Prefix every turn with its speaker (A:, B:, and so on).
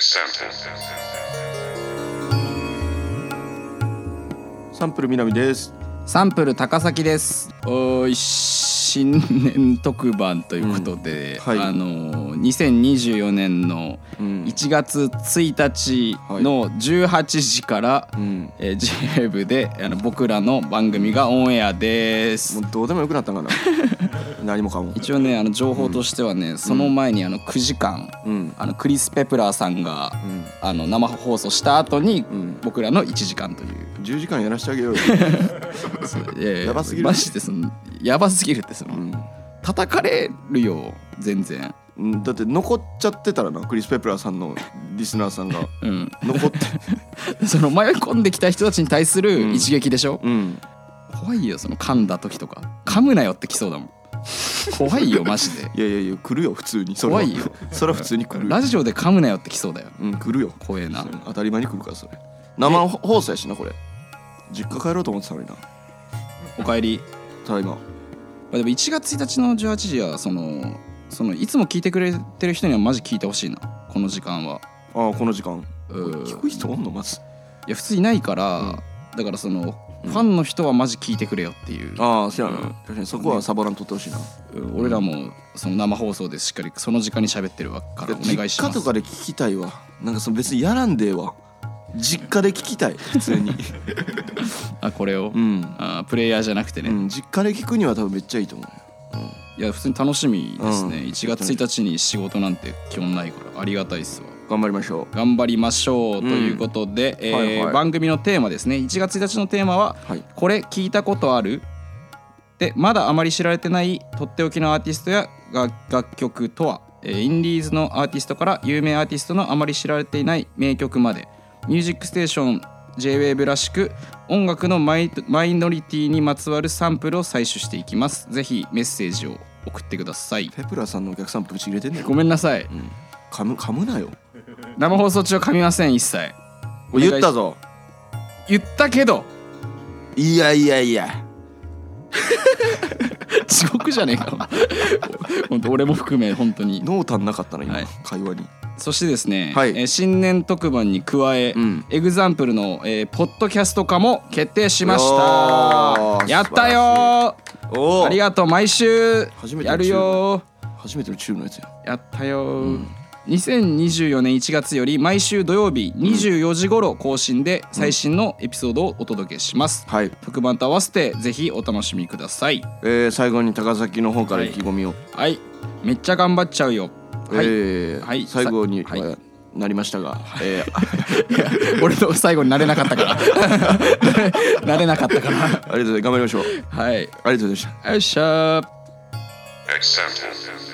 A: Example.
B: サンプル南です。
C: サンプル高崎です。おーい新年特番ということで、
B: うんはい
C: あのー2024年の
B: うん
C: 1月1日の18時から、
B: うん。
C: えー JWAVE であの僕らの番組がオンエアです
B: も。うどうでもよくなったんか な。何もかも。
C: 一応ねあの情報としてはね、その前にあの9時間、
B: うん
C: あのクリス・ペプラーさんが、
B: ん
C: あの生放送した後に、
B: ん
C: 僕らの1時間という。
B: 10時間やらしてあげ ようよ。
C: いやいや
B: やばすぎる
C: マジでそのやばすぎるってその、叩かれるよ全然
B: うんだって残っちゃってたらな、クリス・ペプラーさんのリスナーさんが。
C: うん
B: 残 って。
C: その迷い込んできた人たちに対する一撃でしょ、
B: うん。
C: 怖いよその噛んだ時とか噛むなよってきそうだもん 怖いよマジで
B: いやいやいや、来るよ、普通に。それは
C: 怖いよ。
B: それは普通に来る。
C: ラジオで噛むなよってきそうだよ
B: うん、来るよ。
C: 怖えな
B: それ当たり前に来るから、それ。生放送やしな、これ。実家帰ろうと思ってたのにな。
C: おかえり、
B: ただいま。
C: まあ、でも1月1日の18時はそのそのいつも聞いてくれてる人にはマジ聞いてほしいなこの時間は
B: ああ、この時間。
C: うん
B: 聞く人おんの、まず。
C: いや普通いないから、だからそのファンの人はマジ聞いてくれよっていう、
B: ああ、そうやな。確かにそこはサボらんとってほしいな。
C: うん俺らもその生放送でしっかりその時間に喋ってるわからお願いし
B: 実
C: ま
B: 家
C: す
B: とかで聞きたいわなんかその別にやらんでええわ実家で聞きたい普通 に
C: あこれを、
B: うん、
C: あプレイヤーじゃなくてね、
B: うん、実家で聞くには多分めっちゃいいと思う
C: いや普通に楽しみですね、
B: うん
C: 1月1日に仕事なんて基本ないからありがたいっすわ
B: 頑張りましょ
C: 頑張りましょうということで、えー
B: はいはい
C: 番組のテーマですね1月1日のテーマは
B: はい
C: 「これ聞いたことある?」でまだあまり知られてないとっておきのアーティストや楽楽曲とは、えーインディーズのアーティストから有名アーティストのあまり知られていない名曲まで「ミュージックステーション JWAVE らしく音楽のマイマイノリティにまつわるサンプルを採取していきますぜひメッセージを送ってくださいう
B: ペプラさんのお客さんぶち入れてんねん
C: ごめんなさい
B: 噛む噛むなよ
C: 生放送中は噛みません一切
B: お言ったぞ
C: 言ったけど
B: いやいやいや
C: 地獄じゃねえか本当俺も含め本当に
B: 濃淡なかったな今、
C: はい
B: 会話に
C: そしてですね、
B: はい
C: えー新年特番に加え、
B: ん
C: エグザンプルの、えーポッドキャスト化も決定しまし
B: おー
C: たやったよ
B: お
C: ー
B: お
C: ありがとう毎週
B: 初めての
C: やるよー
B: 初めてのチューブのやつや
C: やったよー、2024年1月より毎週土曜日24時頃更新で最新のエピソードをお届けします、
B: はい、
C: 特番と合わせてぜひお楽しみください
B: えー、最後に高崎の方から意気込みを、
C: はいめっちゃ頑張っちゃうよはい、
B: えー
C: はい
B: 最後に、
C: さはい
B: はなりましたが、えー、
C: 俺の最後になれなかったから なれなかったから
B: ありがとうございます頑張りましょう
C: はい
B: ありがとうございました
C: よっしゃー
A: Example.